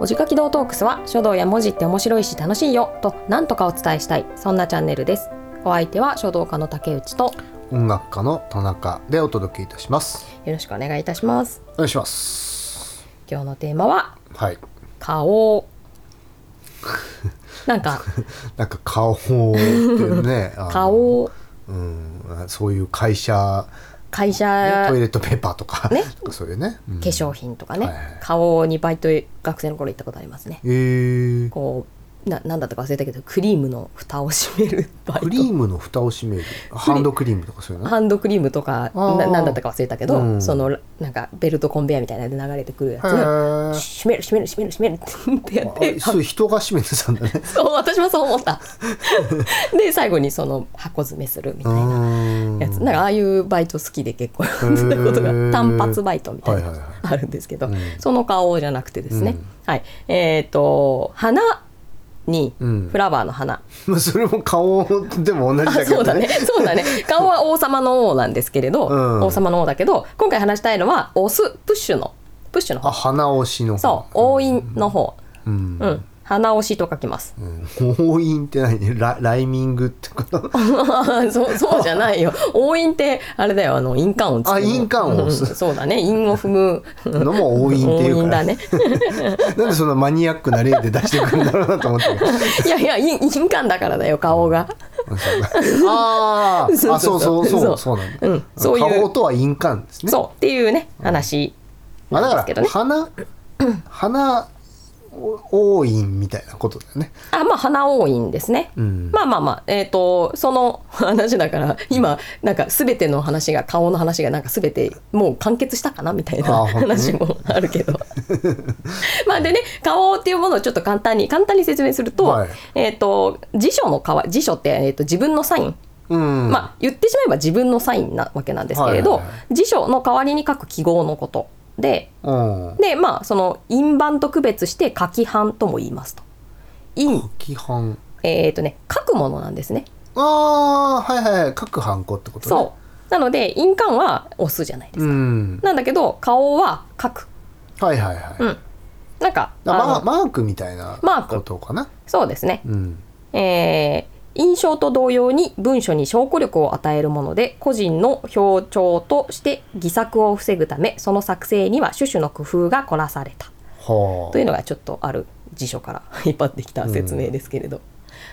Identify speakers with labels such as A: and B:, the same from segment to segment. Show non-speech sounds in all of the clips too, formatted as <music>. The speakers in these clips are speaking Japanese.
A: 文字書き道トークスは書道や文字って面白いし楽しいよと何とかお伝えしたいそんなチャンネルですお相手は書道家の竹内と
B: 音楽家の田中でお届けいたします
A: よろしくお願いいたします
B: お願いします
A: 今日のテーマは
B: はい
A: <laughs> 顔なんか
B: なんか顔っていうね
A: <laughs>
B: あの
A: 顔
B: うんそういう会社
A: 会社
B: トイ
A: 化
B: レットペーパーとか
A: ね
B: なんかそういうね、うん
A: 粧品とかね、
B: はいはい
A: 顔にバイト学生の頃行ったことありますね
B: えー、
A: こうななんだったか忘れたけどクリームの蓋を閉めるバイト
B: クリームの蓋を閉めるハンドクリームとかそういうの
A: ハンドクリームとか
B: あー
A: ななんだったか忘れたけど、
B: うん
A: そのなんかベルトコンベヤーみたいなので流れてくるやつ
B: へー
A: 閉める閉める閉める閉める <laughs> ってやって
B: あそう人が閉めてたんだ
A: <laughs>
B: ね
A: そう私もそう思った <laughs> で最後にその箱詰めするみたいなやつ
B: う
A: なんかああいうバイト好きで結構やってたこと
B: へ
A: が
B: ー
A: 単発バイトみたいな
B: はいはいはい
A: あるんですけど、
B: うん
A: その顔じゃなくてですね、
B: うん
A: はいえっ、と花に
B: うん
A: フラワーの花、
B: んそれも顔でも同じ
A: あ
B: <laughs>
A: <laughs>
B: だけ
A: そ
B: ど
A: うだね
B: ね
A: そうだね顔は王様の王なんですけれど、
B: うん
A: 王様の王だけど今回話したいのはオスプッシュのプッシュの
B: あ
A: 方
B: 鼻押しの
A: そう王印の方、
B: うん
A: うん鼻押しと書きます
B: <laughs> 押印って何ラライミングってこと
A: <laughs> そうそうじゃないよ。押印ってあれだよあの印鑑をつ
B: あ印鑑を押す
A: うんそうだね印を踏む。
B: のも押印っていうか
A: だ
B: ら、
A: ね。
B: <laughs>
A: <laughs>
B: なんでそんなマニアックな例で出してくるんだろうなと
A: <laughs>
B: 思って
A: いやいや印印鑑だからだよ顔が。
B: あーあそうそうそうそうなんだ、
A: うんそういう
B: 顔とは印鑑ですね
A: そうっていうね話
B: まあ
A: なんです
B: だ
A: け
B: か
A: ど
B: ら、
A: ね。 <clears throat>
B: 花花押印みたいなことだよね
A: あまあ花押印ですね。
B: うん
A: まあまあまあえっ、とその <laughs> 話だから今なんかすべての話が顔の話がなんかすべてもう完結したかなみたいな
B: あ本当ね
A: 話もあるけ
B: <laughs>
A: ど。まあでね顔っていうものをちょっと簡単に簡単に説明すると、
B: はい
A: えっ、と辞書の顔辞書って、えー、と自分のサイン、
B: うん
A: まあ言ってしまえば自分のサインなわけなんですけれど、
B: はいはいは
A: 辞書の代わりに書く記号のことで
B: うん
A: でまあその印判と区別して書き判とも言いますと。印
B: 基本
A: えっ、とね書くものなんですね。
B: ああはいはいはい各ハンコってことね
A: そうなので印鑑は押すじゃないですか、
B: うん
A: なんだけど顔は書く
B: はいはいはい、
A: うんなんか
B: だから
A: あ
B: マ
A: の
B: マークみたいな
A: マーク
B: ことかな、
A: そうですね
B: うん、
A: えー印象と同様に文書に証拠力を与えるもので個人の表徴として偽作を防ぐためその作成には種々の工夫が凝らされた
B: は
A: というのがちょっとある辞書から <laughs> 引っ張ってきた説明ですけれど、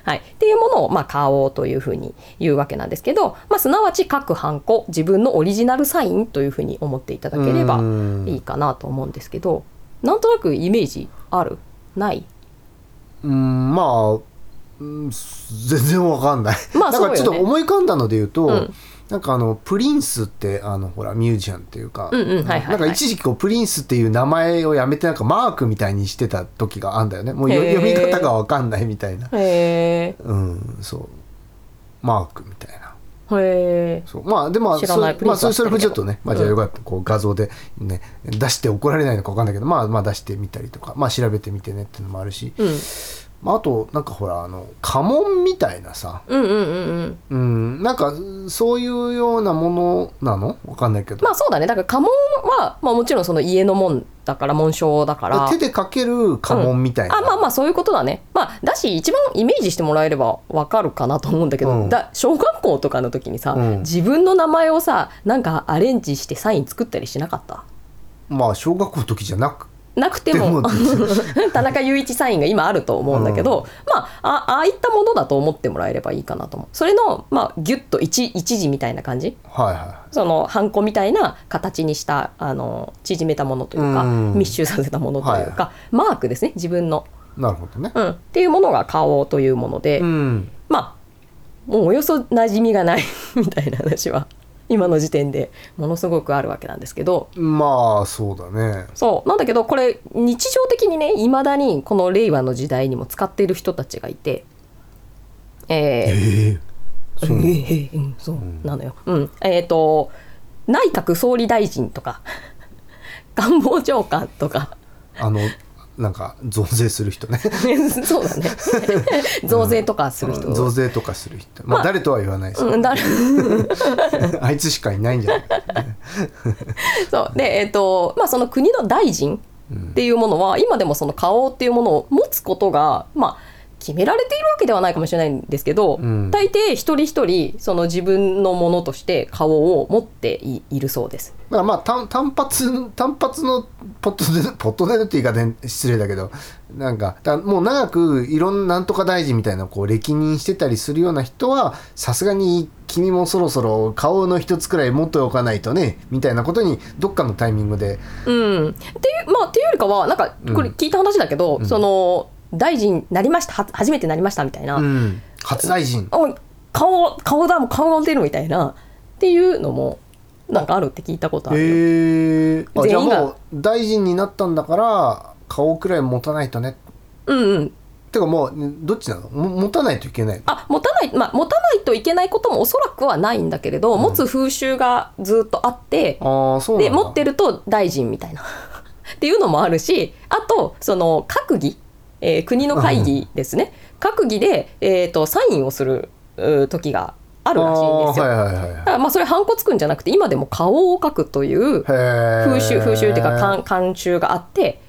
A: はい、っていうものをまあ顔というふうに言うわけなんですけど、まあ、すなわち各ハンコ自分のオリジナルサインというふうに思っていただければ
B: うん
A: いいかなと思うんですけどなんとなくイメージあるない
B: うんまあうん全然わかんない、
A: <laughs> まあ
B: なんかち
A: そ
B: ょっ
A: うよ
B: と
A: ね
B: 思い浮かんだので言うと、
A: うん
B: なんかあのプリンスってあのほらミュージアンっていうか、
A: うんうんはいはいはい
B: なんか一時期こうプリンスっていう名前をやめてなんかマークみたいにしてた時があんだよねもうよ
A: へー
B: 読み方がわかんないみたいな
A: へ
B: うんそうマークみたいな
A: えへえ
B: そうまあでも
A: 知らない
B: そ
A: プリ
B: れま
A: ン
B: あ
A: スは
B: それそれもちょっとね、まあ、じゃあ
A: うん
B: よかったこう画像で、ね、出して怒られないのかわかんないけど、まあ、まあ出してみたりとか、まあ、調べてみてねっていうのもあるし、
A: うん
B: まあ、あとなんかほらあの家紋みたいなさ、
A: うんうんうんうん
B: うん、なんかそういうようなものなのわかんないけど、
A: まあそうだねだから家紋は、まあ、もちろんその家の門だから紋章だから
B: 手で書ける家紋みたいな、
A: あまあまあそういうことだねまあだし一番イメージしてもらえればわかるかなと思うんだけど、
B: うん
A: だ小学校とかの時にさ、
B: うん
A: 自分の名前をさなんかアレンジしてサイン作ったりしなかった
B: まあ小学校の時じゃなく
A: なくて
B: て
A: も <laughs>
B: も
A: 田中雄一サインが今あると思うんだけど、まああああいったものだと思ってもらえればいいかなと思うそれの、まあ、ギュッと一一字みたいな感じ
B: はいは
A: そのハンコみたいな形にしたあの縮めたものというか、
B: うん
A: 密集させたものというか、マークですね自分の、
B: いなるほどね
A: うん、っていうものが顔というもので。
B: うん
A: まあもうおよそ馴染みがない <laughs> みたいな話は今の時点でものすごくあるわけなんですけど
B: まあそうだね
A: そうなんだけどこれ日常的にねいまだにこの令和の時代にも使っている人たちがいて。えー
B: ええそう
A: えーえーうんそうなのよ、うんえー、と内閣総理大臣とか <laughs> 官房長官とか <laughs>
B: あのなんか増税する人ね
A: そう
B: <laughs>
A: だね増税とかする人、
B: うん増税とかする人まあ、
A: まあ
B: 誰とは言わないですけど、
A: うん、だ
B: <laughs> あいつしかいないんじゃないか
A: そうでえっ、とまあその国の大臣っていうものは今でもその顔っていうものを持つことがまあ決められているわけではないかもしれないんですけど、
B: うん
A: 大抵一人一人その自分のものとして顔を持っていいるそうです。
B: だからまあ単単発単発のポットでポットでっていう言い方で失礼だけどなんかだもう長くいろんななんとか大臣みたいなのをこう歴任してたりするような人はさすがに君もそろそろ顔の一つくらい持っておかないとねみたいなことにどっかのタイミングで
A: うん、っていうまあっていうよりかはなんかこれ聞いた話だけど、その大臣になりましたは初めてなりましたみたいな、
B: うん初大臣
A: おい顔顔だもう顔が出るみたいなっていうのもなんかあるって聞いたことあるよ。
B: へえあじゃあ
A: 全員が
B: もう大臣になったんだから顔くらい持たないとね
A: うんうん、
B: てかもうどっちなのも持たないといけない
A: あ持たない、まあ、持たないといけないこともおそらくはないんだけれど、持つ風習がずっとあって
B: ああそうなん
A: で
B: だ
A: 持ってると大臣みたいな <laughs> っていうのもあるしあとその閣議、えー国の会議ですね、閣議で、えー、とサインをするうー時があ
B: あ
A: るらしいんですよ。
B: ーはいはいはいはい
A: だからまあそれハンコつくんじゃなくて今でも顔を描くという
B: 風
A: 風習風習っていうか慣慣習があって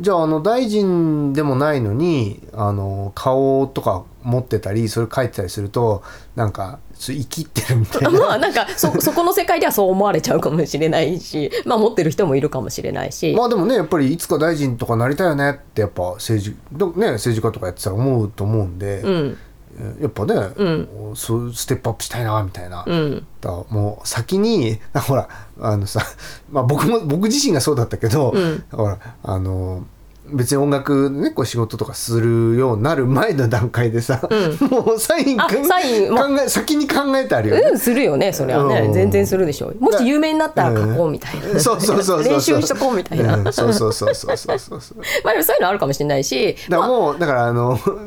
B: じゃああの大臣でもないのにあの顔とか持ってたりそれ書いてたりするとなんかそう生きってるみたいな
A: まあなんかそ <laughs> そこの世界ではそう思われちゃうかもしれないし、まあ、持ってる人もいるかもしれないし、
B: まあでもねやっぱりいつか大臣とかなりたいよねってやっぱ政治どね政治家とかやってたら思うと思うんで、
A: うん
B: やっぱね、
A: う
B: そうステップアップしたいなみたいな、
A: うん
B: だからもう先にあほらあのさ、まあ、僕も僕自身がそうだったけど、
A: うん
B: ほらあの別に音楽ねこう仕事とかするようになる前の段階でさ、 <laughs> もうサイン
A: あ
B: 考え
A: サインも
B: 考え先に考えてあるよね。
A: うんするよねそれは
B: う
A: ね
B: ん
A: 全然するでしょうもし有名になったら書こうみたいな、
B: そうそうそうそうそう
A: 練習しとこうみたいな、
B: う
A: ま
B: んそうそうそうそうそうそうそう
A: あでもそういうのあるかもしれないし
B: だからもうだからあの <laughs>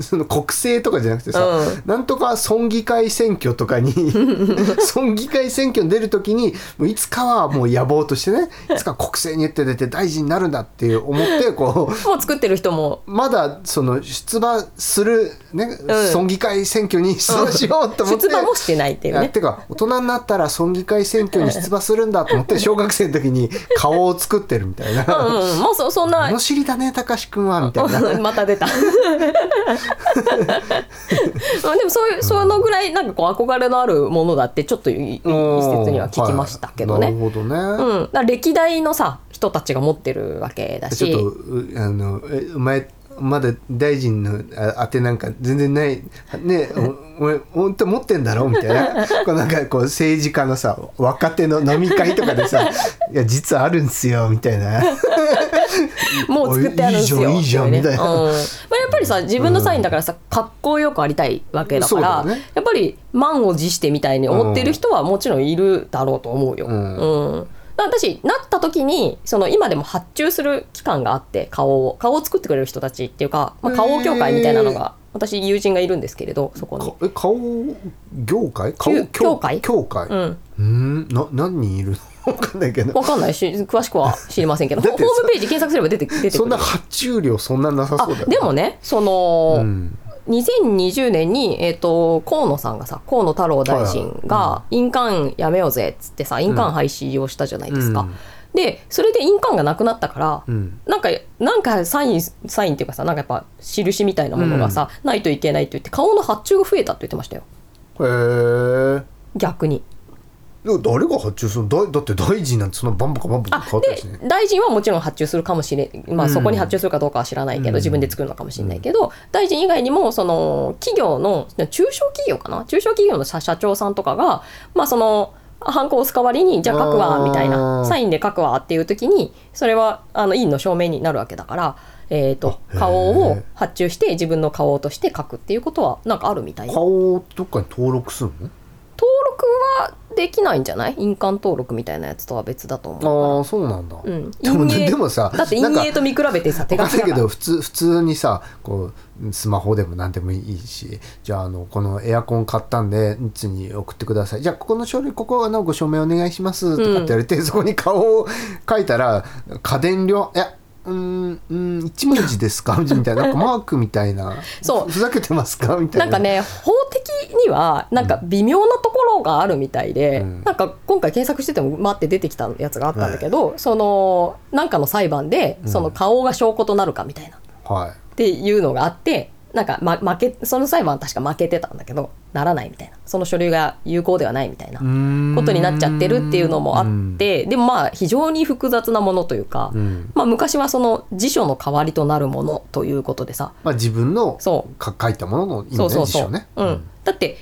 B: その国政とかじゃなくてさ、
A: う
B: なんとか村議会選挙と
A: <laughs>
B: かに村議会選挙に出るときにもういつかはもう野望としてねいつか国政に打って出て大臣になるんだっていう思ってこ
A: もう作ってる人も
B: うまだその出馬する、ね村議会選挙に出馬しようと思って。
A: 出馬もしてないっていう
B: あ
A: ね
B: てか大人になったら村議会選挙に出馬するんだと思って小学生の時に顔を作ってるみたいな
A: うんうんもうそそんな
B: 物知りだねたかし君はみたいな
A: また出 <laughs> たまあでもそういうそのぐらいなんかこう憧れのあるものだってちょっとい一説には聞きましたけどね、
B: はいなるほどね、
A: うん、だから歴代のさ人たちが持ってるわけだ
B: ちょ
A: し
B: っとうあのえお前まだ大臣のあ当てなんか全然ないねおお前本当持ってんだろみたい
A: <laughs>
B: なこうなんかこう政治家のさ若手の飲み会とか
A: <laughs>
B: でさ「いや実はあるんすよ」みたいな
A: もう作ってあるんですよ
B: おいいいじゃんいいじ
A: ってうね
B: ゃんみたいな
A: うんまあ、やっぱりさ自分のサインだからさかっこよくありたいわけだ
B: そう
A: か
B: だ
A: ら
B: よね
A: やっぱり満を持してみたいに思ってる人はもちろんいるだろうと思うよ。
B: う
A: うんんだから私なった時にその今でも発注する期間があって顔を顔を作ってくれる人たちっていうか、まあ、顔協会みたいなのが私友人がいるんですけれどそこに
B: か。え顔業界顔
A: きゅ
B: 協
A: 協会
B: 協会
A: う、
B: うんーんな何人いるの <laughs> わかんないけど
A: わかんないし詳しくは知りません
B: <laughs>
A: けど
B: だ
A: ホー
B: ってさ
A: ムページ検索すれば出て出てくる
B: そんな発注量そんななさそうだよ
A: あでもねその、
B: うん
A: 2020年に、えー、と河野さんがさ河野太郎大臣が印鑑やめようぜっつってさ印鑑廃止をしたじゃないですか、
B: うん
A: でそれで印鑑がなくなったから、
B: うん
A: なんかなんかサインサインっていうかさなんかやっぱ印みたいなものがさ、ないといけないと言って顔の発注が増えたって言ってましたよ
B: へえ
A: 逆に
B: いや誰が発注するのだいだって大臣なんてそんなバンバカバンバカ変わったりしね
A: で大臣はもちろん発注するかもしれま
B: う
A: あ、
B: ん
A: そこに発注するかどうかは知らないけど、
B: うん
A: 自分で作るのかもしれないけど、大臣以外にもその企業の中小企業かな中小企業の社社長さんとかがまあそのハンコを押す代わりにじゃあ書く
B: あー
A: わみたいなサインで書くわっていう時にそれはあの委員の証明になるわけだから、えー、と
B: あへー
A: 顔を発注して自分の顔として書くっていうことはなんかあるみたい登
B: 顔をどっかに登録する
A: 録はできないんじゃない印鑑登録みたいなやつとは別だと思うから。
B: のああそうなんだ、
A: うん
B: でも
A: 陰影
B: でもさ
A: だって陰
B: なんか
A: 影と見比べてさ手書
B: わ
A: き
B: かん
A: だ
B: ない
A: か
B: け
A: ら
B: ど普通普通にさこうスマホでも何でもいいしじゃああのこのエアコン買ったんでいつに送ってくださいじゃあここの書類ここのご署名お願いしますとかって言われて、そこに顔を書いたら家電量いやうーんうーん一文字ですかみたいななんかマークみたいな
A: <laughs> そう
B: ふざけてますかみたい
A: な
B: なん
A: かね法的にはなんか微妙なところがあるみたいで、
B: うん
A: なんか今回検索してても待って出てきたやつがあったんだけど、そのなんかの裁判で
B: うん
A: その顔が証拠となるかみたいなっ
B: は、
A: ていうのがあってなんか、ま、負けその裁判は確か負けてたんだけどならないみたいなその書類が有効ではないみたいない
B: うん
A: ことになっちゃってるっていうのもあって、でもまあ非常に複雑なものというか、
B: うんうん
A: まあ、昔はその辞書の代わりとなるものということでさ
B: まあ、自分の
A: そう
B: か書いたものの意味
A: そう
B: ね
A: そう
B: 辞
A: そ
B: 書
A: う、
B: ね。
A: うん、だって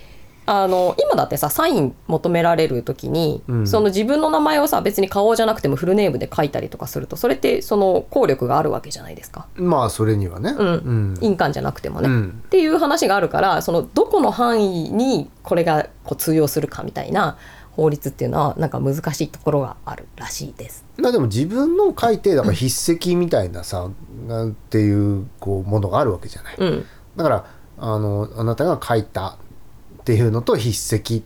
A: あの今だってさサイン求められる時に、
B: うん
A: その自分の名前をさ別に顔じゃなくてもフルネームで書いたりとかするとそれってその効力があるわけじゃないですか
B: まあそれにはね。
A: うん
B: うん
A: 印鑑じゃなくてもね。
B: う
A: っ
B: ん
A: ていう話があるからそのどこの範囲にこれがこう通用するかみたいな法律っていうのはなんか難しいところがあるらしいです。
B: まあでも自分の書いてだから筆跡みたいなさ、なんていうこうものがあるわけじゃない。
A: うん、
B: だからあのあなたが書いたっていうのと筆跡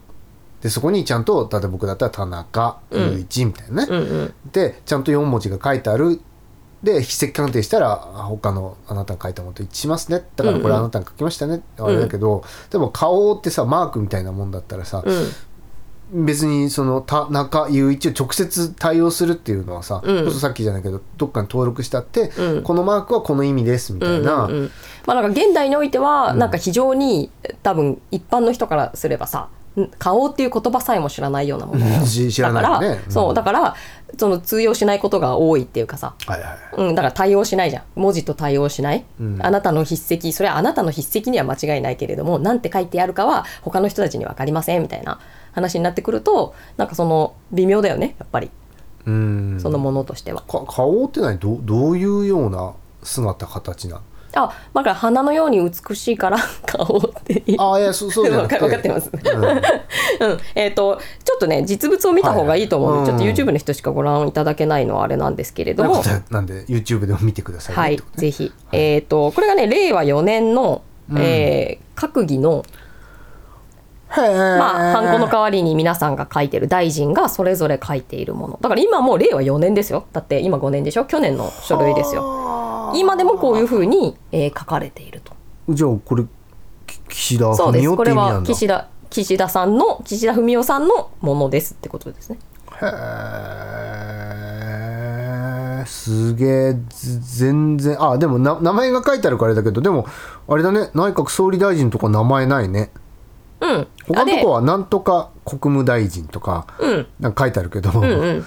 B: でそこにちゃんと例えば僕だったら田中
A: うん
B: 雄一みたいなね、
A: うん、うん
B: でちゃんと4文字が書いてあるで筆跡鑑定したらあ他のあなたが書いたものと一致しますねだから
A: うん
B: こ
A: う
B: れ
A: ん
B: あなたが書きましたね、あれだけど、でも顔ってさマークみたいなもんだったらさ、
A: うん
B: 別にその田中雄一を直接対応するっていうのはさ、
A: うん
B: こそさっきじゃないけどどっかに登録したって、
A: うん
B: このマークはこの意味ですみたいな、
A: うんうんうんまあ、なんか現代においてはなんか非常に多分一般の人からすればさん顔っていう言葉さえも知らないようなもの
B: うんし知ら
A: だか
B: ないよ
A: ら、
B: ね。ん
A: そうだからその通用しないことが多いっていうかさ、
B: はいはい
A: うん、だから対応しないじゃん文字と対応しない、
B: うん
A: あなたの筆跡それはあなたの筆跡には間違いないけれどもなんて書いてあるかは他の人たちに分かりませんみたいな話になってくるとなんかその微妙だよねやっぱり
B: うん
A: そのものとしては。
B: か顔って何どうどういうような姿形なの
A: あまあだから花のように美しいから <laughs> 顔って言う
B: ああいやそそうじゃなく
A: <laughs>
B: て
A: わかってます
B: うん
A: うん、えっ、とちょっとね実物を見た方がいいと思うので、
B: はい
A: ちょっと YouTube の人しかご覧いただけないのはあれなんですけれど
B: な
A: も
B: ん、かなんで YouTube でも見てくださいね、
A: は
B: っ
A: い
B: てことね
A: ぜひ、えっ、とこれがね令和4年の、えー閣議の、
B: へえ
A: まあ、ハンコの代わりに皆さんが書いてる大臣がそれぞれ書いているものだから今もう令和4年ですよだって今5年でしょ去年の書類ですよ
B: よ
A: 今でもこういうふうに、えー書かれていると
B: じゃあこれき岸田
A: そう
B: 文
A: です
B: 雄っ
A: こ
B: て
A: れ
B: 意味な
A: は
B: んだ
A: 岸田岸田さんの岸田文雄さんのものですってことですね
B: へえすげえず全然あでもな名前が書いてあるからあれだけどでもあれだね内閣総理大臣とか名前ないね
A: うん
B: 他のとこ
A: は
B: はなんとか国務大臣とか
A: うん
B: なんか書いてあるけど、
A: うんうん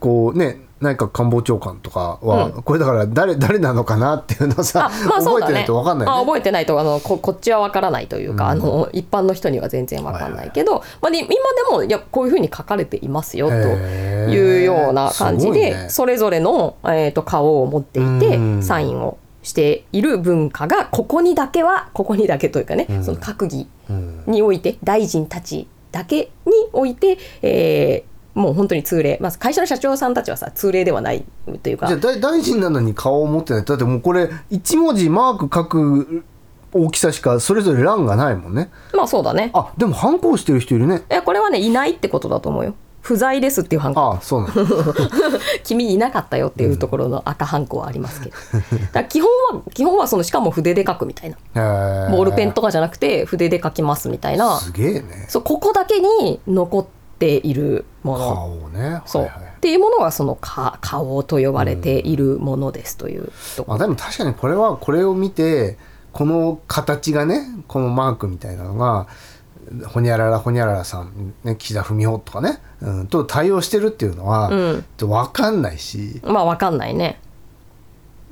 B: こうね内閣官房長官とかは、これだから誰誰なのかなっていうのをさ、
A: あまあそう
B: 覚え
A: だ
B: てな
A: ね
B: いと分かんない
A: あ
B: よね。
A: 覚えてないとあのここっちは分からないというか、
B: うん
A: あの一般の人には全然分かんないけど、まあ、で今でもいやこういうふうに書かれていますよと
B: へー
A: いうような感じ
B: すご
A: で、
B: いね
A: それぞれの、えー、と顔を持っていて、
B: うん
A: サインをしている文化がここにだけはここにだけというかね、
B: うん
A: その閣議
B: うん
A: において大臣たちだけにおいて、えーもう本当に通例、まあ、会社の社長さんたちはさ通例ではないというか
B: じゃあ大大臣なのに顔を持ってないだってもうこれ一文字マーク書く大きさしかそれぞれ欄がないもんね
A: まあそうだね
B: あでも反抗してる人いるね
A: えこれはねいないってことだと思うよ不在ですっていうハンコ
B: あそうなの
A: <laughs> 君いなかったよっていうところの赤ハンコはありますけど、だから基本は基本はそのしかも筆で書くみたいな
B: へー
A: ボールペンとかじゃなくて筆で書きますみたいな
B: すげえね
A: そうここだけに残っているもの
B: 顔ね
A: そう、
B: はいはい
A: っていうものがそのか顔と呼ばれているものですというとこ
B: まあ、でも確かにこれはこれを見てこの形がねこのマークみたいなのがほにゃららほにゃららさん、ね、岸田文雄とかね、うん、と対応してるっていうのは、
A: うん
B: 分かんないし、
A: まあわかんないね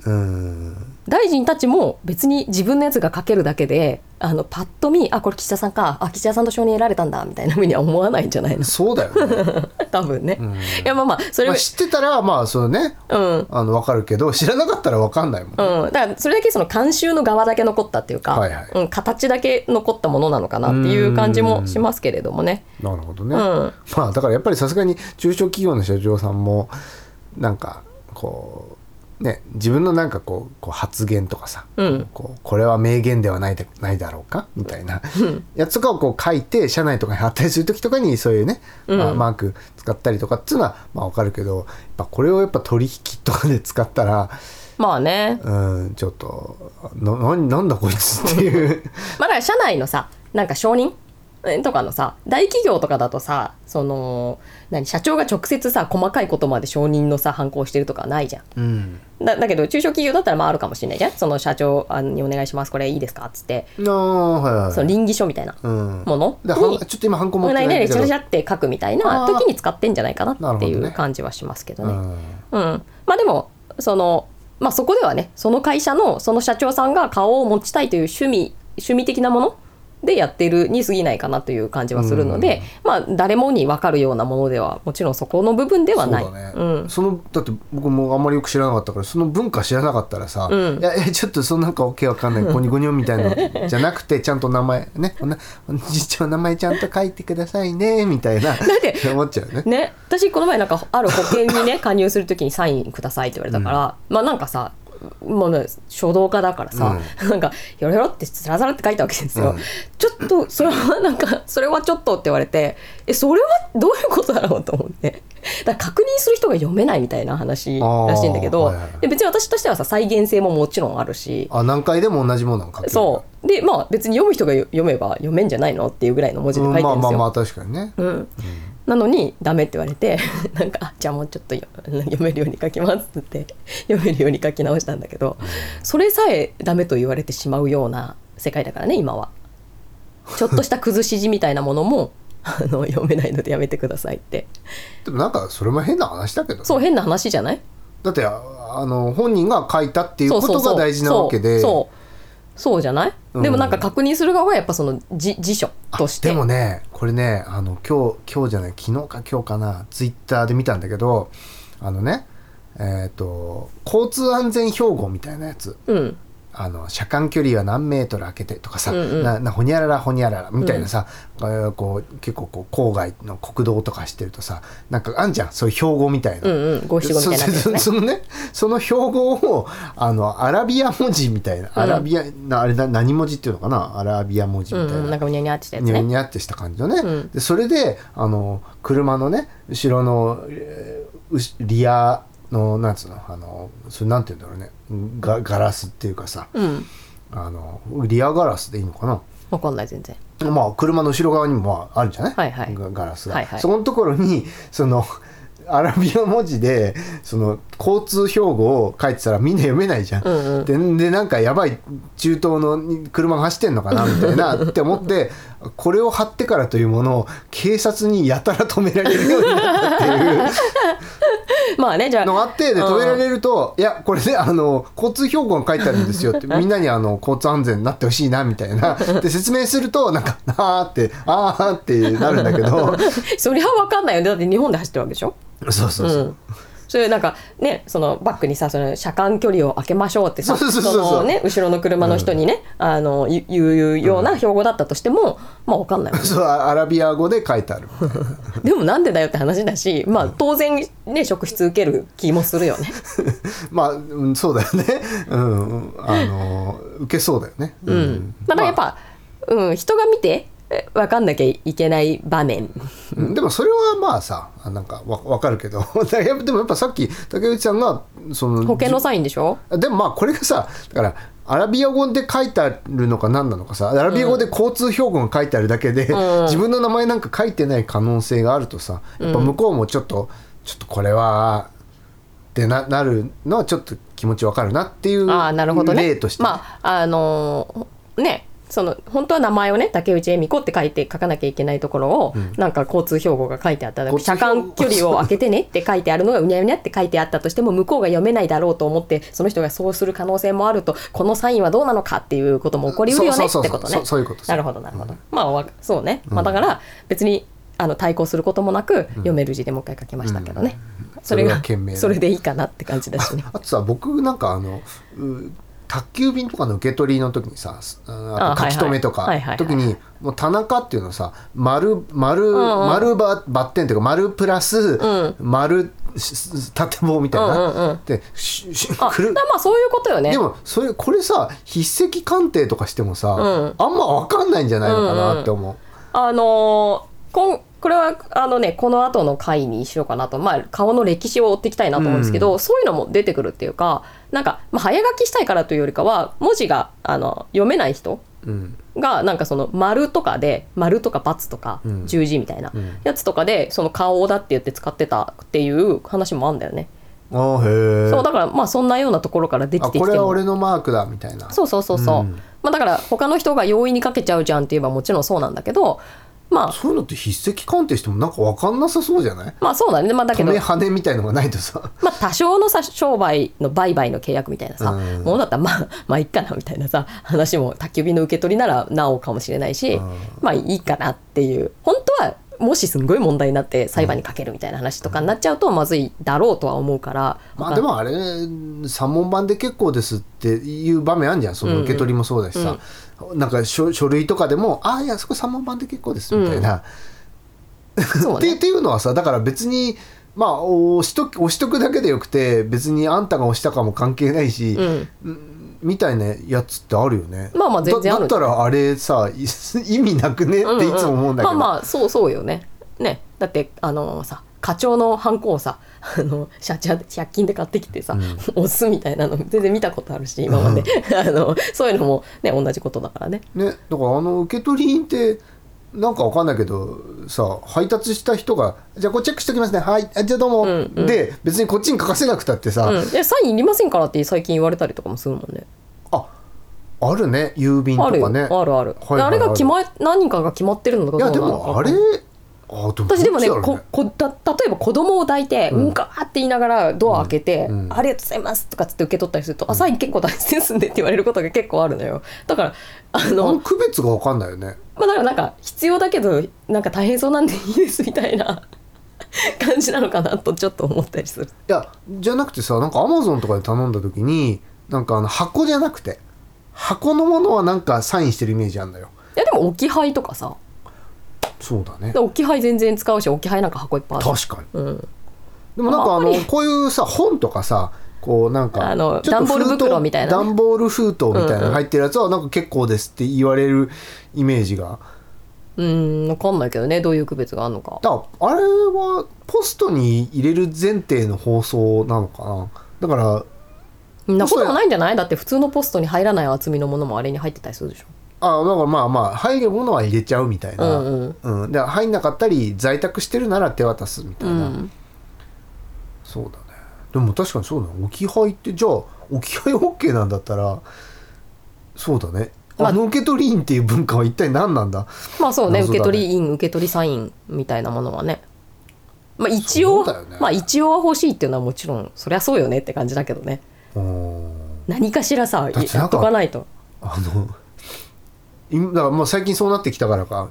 B: うん、
A: 大臣たちも別に自分のやつが書けるだけであのパッと見あこれ岸田さんかあ岸田さんと承認得られたんだみたいなふうには思わないんじゃないの
B: そうだよね、
A: <laughs> 多分ね、いやまあまあそれ
B: ま
A: は
B: あ、知ってたらまあそのね
A: うん
B: あの分かるけど知らなかったら分かんないもんね、
A: うん、だからそれだけその慣習の側だけ残ったっていうか、
B: はいはい
A: うん、形だけ残ったものなのかなっていう感じもしますけれどもね。
B: なるほどね、
A: うん
B: まあだからやっぱりさすがに中小企業の社長さんもなんかこうね自分のなんかこうこう発言とかさ、
A: うん
B: こうこれは名言ではないでないだろうかみたいなやつとかをこう書いて社内とかに貼ったりする時とかにそういうね、まあマーク使ったりとかっていうのはまあわかるけどやっぱこれをやっぱ取引とかで使ったら
A: まあね、
B: うんちょっとなななんだこいつっていう
A: まあ、だから社内のさなんか承認えとかのさ大企業とかだとさその何社長が直接さ細かいことまで承認のさ反抗してるとかないじゃん。
B: うん
A: だだけど中小企業だったらまああるかもしれないじゃんその社長あにお願いしますこれいいですかっつって
B: ああはいはい
A: その倫理書みたいな
B: うん
A: もの
B: では
A: に
B: んちょっと今ハンコ持って
A: な
B: な
A: いい
B: んだ
A: ね
B: け
A: レシ
B: ど
A: ャレシャって書くみたいな時に使ってんじゃないかなってい
B: なるほど
A: う
B: ね
A: 感じはしますけど
B: う
A: ね。
B: ん
A: うん、まあでもその、まあ、そこではねその会社のその社長さんが顔を持ちたいという趣味趣味的なものでやってるに過ぎないかなという感じはするので、まあ誰もに分かるようなものではもちろんそこの部分ではない。
B: そうだね、
A: うん
B: そのだって僕もあんまりよく知らなかったからその文化知らなかったらさ「
A: うん
B: いやいやちょっとそのなんかわけわかんないゴニゴニョみたいなのじゃなくてちゃんと名前ねおなおじいちゃんお名前ちゃんと書いてくださいね」みたい
A: <laughs>
B: な
A: だって
B: 思っちゃうね。
A: ね、私この前なんかある保険に
B: <laughs>
A: ね加入するときにサインくださいって言われたから、まあなんかさもうね書道家だからさ、なんか「よろよろ」ってさらさらって書いたわけですよ、
B: うん
A: ちょっとそれはなんかそれはちょっとって言われてえそれはどういうことだろうと思ってだから確認する人が読めないみたいな話らしいんだけど、
B: あーはいはいはい
A: で別に私としてはさ再現性ももちろんあるし
B: あ何回でも同じものを書ける
A: そうでまあ別に読む人が読めば読めんじゃないのっていうぐらいの文字で書いてる
B: まあ
A: んで
B: ますあ
A: よ
B: まあ確かにね。
A: うん、なのにダメって言われて <laughs> なんかあじゃあもうちょっとよ読めるように書きますって <laughs> 読めるように書き直したんだけどそれさえダメと言われてしまうような世界だからね今はちょっとした崩し字みたいなものも <laughs> あの読めないのでやめてくださいって
B: でもなんかそれも変な話だけどね
A: そう変な話じゃない
B: だってああの本人が書いたっていう
A: そう
B: こ
A: そう
B: と
A: そう
B: が大事なわけで
A: そうそうそうじゃない、
B: うん
A: でもなんか確認する側はやっぱその辞辞書
B: あ
A: として
B: でもねこれねあの今日今日じゃない昨日か今日かなツイッターで見たんだけどあのねえっ、と交通安全標語みたいなやつ
A: うん
B: あの車間距離は何メートル空けてとかさ、
A: うんうん
B: ななほにゃららほにゃららみたいなさ、えーこう結構こう郊外の国道とか走ってるとさなんかあんじゃんそういう標語みたいな。
A: うんうん五七五みたいなやつ
B: そ
A: ね
B: そそのねその標語をあのアラビア文字みたいなアラビア、なあれな何文字っていうのかなアラビア文字
A: う
B: みたいな,、
A: んうんなんかうにゃうにゃってしたやつ
B: にゃ
A: ね
B: にゃってした感じのね、
A: うん
B: でそれであの車のね後ろの、えーうしリアのなんつうのあのそれなんて言うんだろうねガガラスっていうかさ
A: うん
B: あのリアガラスでいいのかな
A: わかんない全然
B: まあ車の後ろ側にもまああるじゃない、
A: はいはい
B: ガガラスが、
A: はいはい
B: そこのところに <laughs> そのアラビア文字でその交通標語を書いてたらみんな読めないじゃん、
A: うんうん
B: ででなんかやばい中東のに車が走ってんのかなみた
A: <laughs>
B: いなって思ってこれを貼ってからというものを警察にやたら止められるようになったっていう
A: まあねじゃあ
B: のがあってで
A: うん
B: 止められると「いやこれねあの交通標語が書いてあるんですよ」ってみんなにあの交通安全になってほしいなみたいなで説明するとなんか「あー」って「あー」ってなるんだけど
A: <laughs> そりゃ分かんないよねだって日本で走ってるわけでしょ
B: そうそうそう。
A: んそれなんかねそのバックにさその車間距離を空けましょうってさ
B: そうそうそうそう
A: のね後ろの車の人にね、あの言う言うような標語だったとしても、まあ分かん
B: <laughs>
A: ないもん
B: そうアラビア語で書いてある
A: でもなんでだよって話だしまあ当然ね職質受ける気もするよね
B: <laughs> まあ、うん、そうだよねうんうんあの受けそうだよねう
A: うんだからやっぱ、うん人が見てえ分かんなきゃいけない場面
B: うんでもそれはまあさあなんかわわかるけど <laughs> だからやっぱでもやっぱさっき竹内さんがその
A: 保険のサインでしょ
B: でもまあこれがさだからアラビア語で書いてあるのか何なのかさアラビア語で交通標語が書いてあるだけで、自分の名前なんか書いてない可能性があるとさやっぱ向こうもちょっと、ちょっとこれはってななるのはちょっと気持ちわかるなっていう
A: ああなるほどね
B: 例として、
A: まああのーねその本当は名前をね竹内恵美子って書いて書かなきゃいけないところを、なんか交通標語が書いてあった
B: 交通
A: 車
B: 標語
A: 間距離を空けてねって書いてあるのがうにゃうにゃって書いてあったとしても向こうが読めないだろうと思ってその人がそうする可能性もあるとこのサインはどうなのかっていうことも起こりうるよね
B: そう
A: っ
B: そうそう
A: てことね
B: そうそういうこと
A: なるほどなるほど、まあわそうね、まあ、だから別にあの対抗することもなく読める字でもう一回書きましたけどね、それ
B: それ
A: が
B: が賢明だ
A: それでいいかなって感じだしね
B: <laughs> あとさ僕なんかあのう宅急便とかの受け取りの時にさすあ
A: あ
B: あと書き留めとか
A: はいはいはいはい
B: 時にもう田中っていうのさ丸丸
A: んうん
B: 丸ばバッテンというか丸プラス
A: ん
B: 丸し縦棒みたい
A: うんうんうん
B: な。でしし
A: あ
B: くる
A: だからまあそういうことよね
B: でもそれこれさ筆跡鑑定とかしてもさあんま分かんないんじゃないのかなって思う。
A: あのーこんこれはあのねこの後の回にしようかなと、まあ、顔の歴史を追っていきたいなと思うんですけど、そういうのも出てくるっていうかなんか、まあ、早書きしたいからというよりかは文字があの読めない人
B: うん
A: がなんかその丸とかで丸とか×とか
B: うん
A: 十字みたいな
B: うん
A: やつとかでその顔だって言って使ってたっていう話もあんだよね。
B: ああへえ
A: そうだからまあそんなようなところからでき
B: あ
A: てき
B: こ
A: て
B: れは
A: る
B: 俺のマークだみたいな
A: そうそうそうそう、
B: うん
A: まあだから他の人が容易にかけちゃうじゃんって言えばもちろんそうなんだけどまあ
B: そういうのって筆跡鑑定してもなんか分かんなさそうじゃない
A: まあそうだねまあだけ
B: 止
A: ど
B: め跳ねみたいのがないと
A: <laughs>
B: さ
A: まあ多少のさ商売の売買の契約みたいなさ、
B: うん
A: ものだったらまあ <laughs> まあいいかなみたいなさ <laughs> 話も宅急便の受け取りならなおかもしれないし、
B: うん
A: まあいいかなっていう本当はもしすんごい問題になって裁判にかけるみたいな話とかになっちゃうとまずいだろうとは思うから、
B: ま
A: わかん
B: あでもあれ三問版で結構ですっていう場面あるじゃんその受け取りもそうだしさ、なんか書書類とかでも「ああいやそこ三問版で結構です」みたいな、
A: そう
B: って
A: ね
B: っていうのはさだから別にまあ押しと押しとくだけでよくて別にあんたが押したかも関係ないし、
A: うん
B: みたいなやつってあるよね
A: まあまあ全然ある
B: だだったらあれさい <laughs> 意味なくねっていつも思うんだけど、
A: まあまあそうそうよねねだってあのさ課長のハンコをさ <laughs> あの社長100均で買ってきてさ、押すみたいなの全然見たことあるし今ま
B: <laughs>
A: で、あのそういうのもね同じことだからね
B: ねだからあの受取人ってなんかわかんないけどさ配達した人が「じゃあこれチェックしておきますねはいあじゃあどうも」
A: んうん
B: で別にこっちに書かせなくたってさ、
A: うん、でサインいりませんからって最近言われたりとかもするもんね。
B: ああるね郵便と
A: あるよ、
B: かね
A: あるある。
B: はいはいはい
A: あれが決ま何人かが決まってるのか
B: いやで
A: どうなのか
B: もあれあでも
A: 私でもね
B: どっちだろう
A: ここた例えば子供を抱いて、うん、ガーって言いながらドア開けて、
B: うんうん
A: ありがとうございますとかつって受け取ったりすると、あサイン結構大切ですんでって言われることが結構あるのよだからあ
B: あ
A: の
B: の区別がわかんないよね
A: まあだからなんか必要だけどなんか大変そうなんでいいですみたいな <laughs> 感じなのかなとちょっと思ったりする
B: いやじゃなくてさなんかアマゾンとかで頼んだ時になんかあの箱じゃなくて箱のものはなんかサインしてるイメージあるんだよ
A: いやでも置き配とかさ
B: そうだね
A: で置き配全然使うし置き配なんか箱いっぱいある
B: 確かに
A: うん、
B: でもなんか
A: まあ
B: あの
A: あんまり
B: こういうさ本とかさこうなんか
A: あの
B: ちょっと
A: 段ボール
B: 封筒
A: 袋みたいなね
B: 段ボール封筒みたいな
A: うんう
B: の
A: ん
B: 入ってるやつはなんか結構ですって言われるイメージが
A: うん、分かんないけどねどういう区別があるのか
B: だからあれはポストに入れる前提の放送なのかなだから
A: んなことはないんじゃないだって普通のポストに入らない厚みのものもあれに入ってたりするでしょ
B: あだからまあまあ入るものは入れちゃうみたいな、
A: うん
B: うんで入んなかったり在宅してるなら手渡すみた
A: う
B: いな、
A: ん、
B: そうだねでも確かにそうだね置き配ってじゃあ置き配 OK なんだったらそうだね
A: まあ
B: あの受け取り員っていう文化は一体何なんだ
A: まあそうね
B: 謎だ
A: 受
B: ね
A: け取り印受け取りサインみたいなものはねまあ一応、
B: そうだよね
A: まあ一応は欲しいっていうのはもちろんそりゃそうよねって感じだけどね
B: うん
A: 何かしらさ
B: だってなんか
A: やっとかないと
B: あの今だからもう最近そうなってきたからか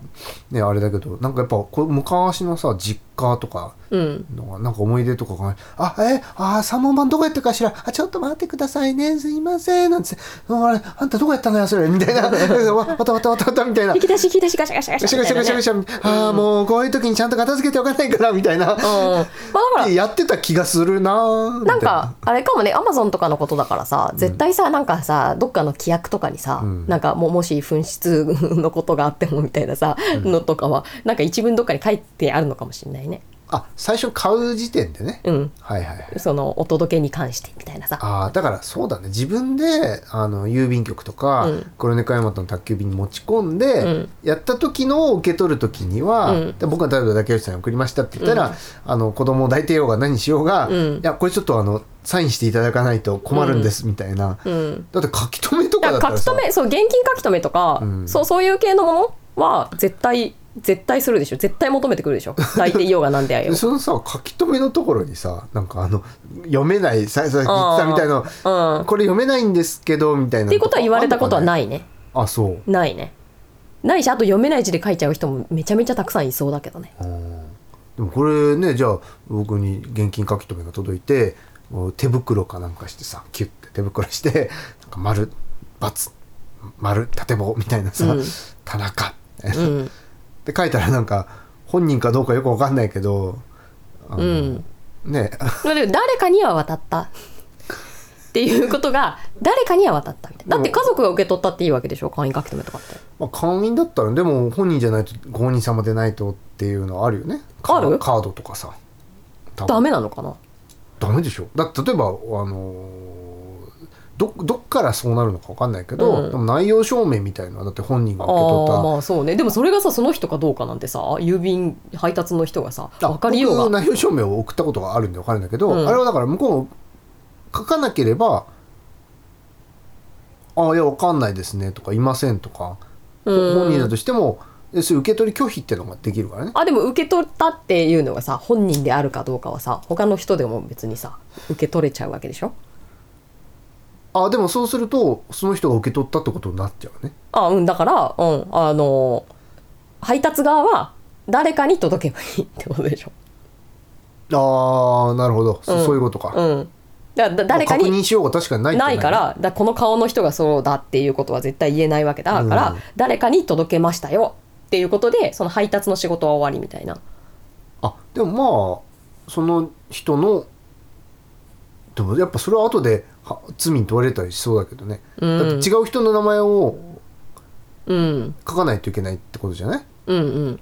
B: ねあれだけどなんかやっぱこう昔のさ実家とか
A: うん
B: のがなんか思い出とかが「あえあー三文版どこやったかしらあちょっと待ってくださいねすいません」なんつって「うんあれあんたどこやったのよそれ」みた <laughs> いな「わわたわたわたわた」みたいな
A: 引き出し引き出しガシャガシャガシ
B: ガ
A: ャ
B: シャガシャガシャガシャ、ああもうこういう時にちゃんと片付けておかないからみたいな、
A: うんまあだから
B: やってた気がするな
A: な
B: なん
A: かあれかもねアマゾンとかのことだからさ絶対さ、なんかさどっかの規約とかにさ、
B: うん
A: なんかもうもし紛失のことがあってもみたいなさ、のとかはなんか一文どっかに書いてあるのかもしれないね
B: あ最初買う時点でね、
A: うん
B: はいはいはい
A: そのお届けに関してみたいなさ
B: ああだからそうだね自分であの郵便局とか、
A: うん
B: 黒猫山との宅急便に持ち込んで、
A: うん
B: やった時のを受け取る時には、
A: うん
B: で僕が例えば竹内さんに送りましたって言ったら、あの子供を抱いてようが何しようが、
A: うん
B: いやこれちょっとあのサインしていただかないと困るんですみたいな、
A: うん
B: だって書き留めとか
A: だ
B: だっ
A: から
B: たら
A: 書き
B: さ
A: 留めそう現金書き留めとか、
B: うん
A: そうそういう系のものは絶対絶対するでしょ絶対求めてくるでしょ抱いていようがなんであれよ
B: で
A: う
B: そのさ書き留めのところにさなんかあの読めないささっき言ってたみたいな
A: うんっ
B: これ読めないんですけどみたいな
A: ていうことは言われたことはないいね
B: あそう
A: ないねないしあと読めない字で書いちゃう人もめちゃめちゃたくさんいそうだけどね
B: うんでもこれねじゃあ僕に現金書き留めが届いてこう手袋かなんかしてさキュッて手袋してなんか丸×丸縦棒みたいなさ、
A: うん
B: 田中みたいな
A: うん
B: で書いたらなんか本人かどうかよくわかんないけどあの
A: うん
B: ね
A: まあでも誰かには渡ったっていうことが誰かには渡ったみたいなだって家族が受け取ったっていいわけでしょ会員書き留めとかって
B: まあ、会員だったらでも本人じゃないとご本人様でないとっていうのはあるよねカ
A: ある
B: カードとかさ多分
A: ダメなのかな
B: ダメでしょだって例えばあのーどどっからそうなるのか分かんないけど、
A: うん
B: でも内容証明みたいなのはだって本人が受け取った
A: ああまあそうねでもそれがさその人かどうかなんてさ郵便配達の人がさ
B: あ
A: 分かりよう
B: 僕
A: が
B: 内容証明を送ったことがあるんで分かるんだけど、
A: うん
B: あれはだから向こうも書かなければ「ああいや分かんないですね」とか「いません」とか、
A: うん
B: 本人だとしてもえそういう受け取り拒否っていうのができるからね。
A: あでも受け取ったっていうのがさ本人であるかどうかはさ他の人でも別にさ受け取れちゃうわけでしょ
B: あでもそうするとその人が受け取ったってことになっちゃうね。
A: あうんだから、うん、あの配達側は誰かに届けばいいってことでしょ、
B: ああなるほど、そ
A: うん
B: そういうことか。
A: うん、だだ誰か
B: まあ確
A: に
B: 認しようが確かにないって
A: ないからだこの顔の人がそうだっていうことは絶対言えないわけだから、
B: うん
A: 誰かに届けましたよっていうことでその配達の仕事は終わりみたいな
B: あでもまあその人のでもやっぱそれは後では罪に問われたりしそうだけどね、
A: うん
B: だって違う人の名前を
A: うん
B: 書かないといけないってことじゃない
A: うんうん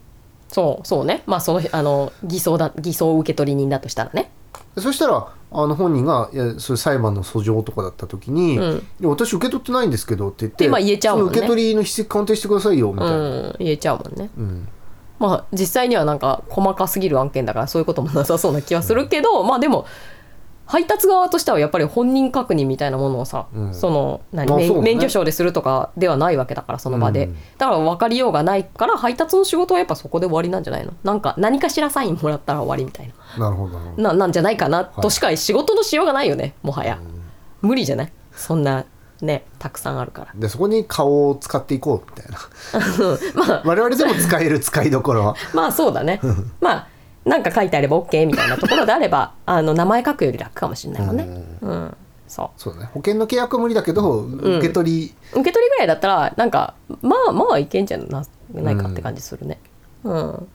A: そうそうねまあそのあの偽装だ偽装受取人だとしたらね
B: そしたらあの本人がいやそれ裁判の訴状とかだった時に、
A: うん
B: いや私受け取ってないんですけどって言っ
A: って
B: て
A: まあ言えちゃうもんね
B: その受け取りの筆跡鑑定してくださいよみた
A: う
B: いな、
A: ん言えちゃうもんね
B: うん
A: まあ実際にはなんか細かすぎる案件だからそういうこともなさそうな気はするけど、まあでも配達側としてはやっぱり本人確認みたいなものをさ、
B: うん
A: その何
B: まあ
A: 免
B: そうね
A: 免許証でするとかではないわけだからその場で、
B: うん
A: だから分かりようがないから配達の仕事はやっぱそこで終わりなんじゃないのなんか何かしらサインもらったら終わりみたいな
B: なるほどなるほど
A: ななんじゃないかないとしか仕事のしようがないよねもはや、無理じゃないそんなねたくさんあるから
B: でそこに顔を使っていこうみたいな我々でも使える使いどこ
A: <laughs>
B: ろは
A: まあそうだ
B: <laughs>
A: ねまあなんか書いてあれば OK みたいなところであれば <laughs> あの名前書くより楽かもしれないもんねうんそ
B: そうね保険の契約は無理だけど受け取り、
A: う受け取りぐらいだったらなんかまあまあいけんじゃなないかって感じするねうん、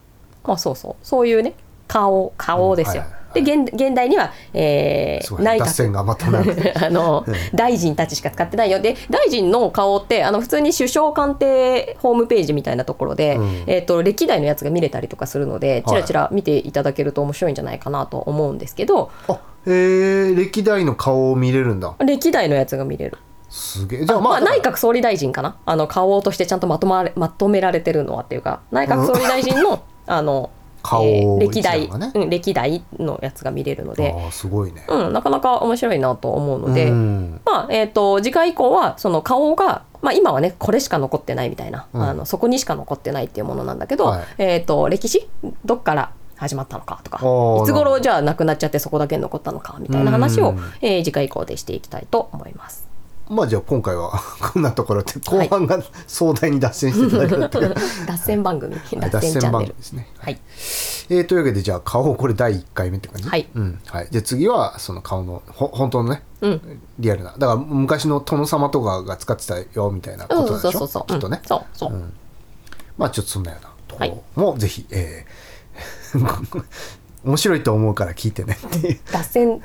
A: まあそうそうそういうね顔顔ですよ、
B: うんはいは
A: で現現代には、え
B: す
A: ー
B: ごい
A: 内
B: 脱
A: 閣
B: 線がまたなん
A: <laughs>
B: か
A: あの大臣たちしか使ってないよで大臣の顔ってあの普通に首相官邸ホームページみたいなところで、
B: うん
A: えー、と歴代のやつが見れたりとかするので
B: い
A: ちらちら見ていただけると面白いんじゃないかなと思うんですけど、
B: あえー、歴代の顔を見れるんだ
A: 歴代のやつが見れる
B: すげえじゃあま
A: ま
B: あ
A: あ、内閣総理大臣かなあの顔としてちゃんとまとまれまとめられてるのはっていうか内閣総理大臣の、
B: <laughs>
A: あの
B: 顔
A: えー
B: を
A: 歴代、
B: 一覧がね
A: うん、歴代のやつが見れるので、
B: あーすごいね、
A: うん、なかなか面白いなと思うので。
B: うん
A: まあえー、と次回以降はその顔が、まあ、今はねこれしか残ってないみたいな、
B: うん
A: あのそこにしか残ってないっていうものなんだけど、
B: はい
A: えー、と歴史どっから始まったのかとかい
B: ー
A: つ
B: なるほ
A: 頃
B: ど
A: じゃあなくなっちゃってそこだけ残ったのかみたいな話を
B: うん、
A: えー次回以降でしていきたいと思い
B: <laughs>
A: ます。
B: まあじゃあ今回は <laughs> こんなところで後半が壮大に脱線していただけだったけど
A: 脱線番組脱線
B: 脱
A: チ
B: 線
A: ャン
B: 番
A: ネ
B: 組
A: ル
B: ですね、
A: はい、
B: えー、というわけでじゃあ顔これ第1回目って感じ
A: はい
B: うんはい、じゃあ次はその顔のほ本当のね
A: うん、
B: リアルなだから昔の殿様とかが使ってたよみたいなことなん
A: そ
B: で
A: う
B: し
A: そ
B: ょ
A: うそう
B: きっとね、
A: うんそうそう、
B: うんまあちょっとそんなようなところもぜひ、えー <laughs> 面白いと思うから聞いてねって
A: <laughs>
B: いう。
A: 脱線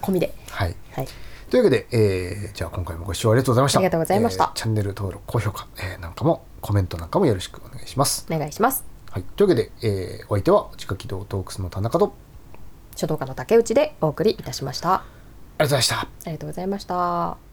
A: 込みで、
B: はい、
A: はい、
B: というわけで、えーじゃあ今回もご視聴ありがとうございました。
A: ありがとうございました
B: えーチャンネル登録、高評価、えーなんかもコメントなんかもよろしくお願いします。
A: お願いします。
B: はい、というわけで、えーお相手は近畿道トークスの田中と
A: 書道家の竹内でお送りいたしました。あ
B: ありがとうございました。
A: りがとうございました。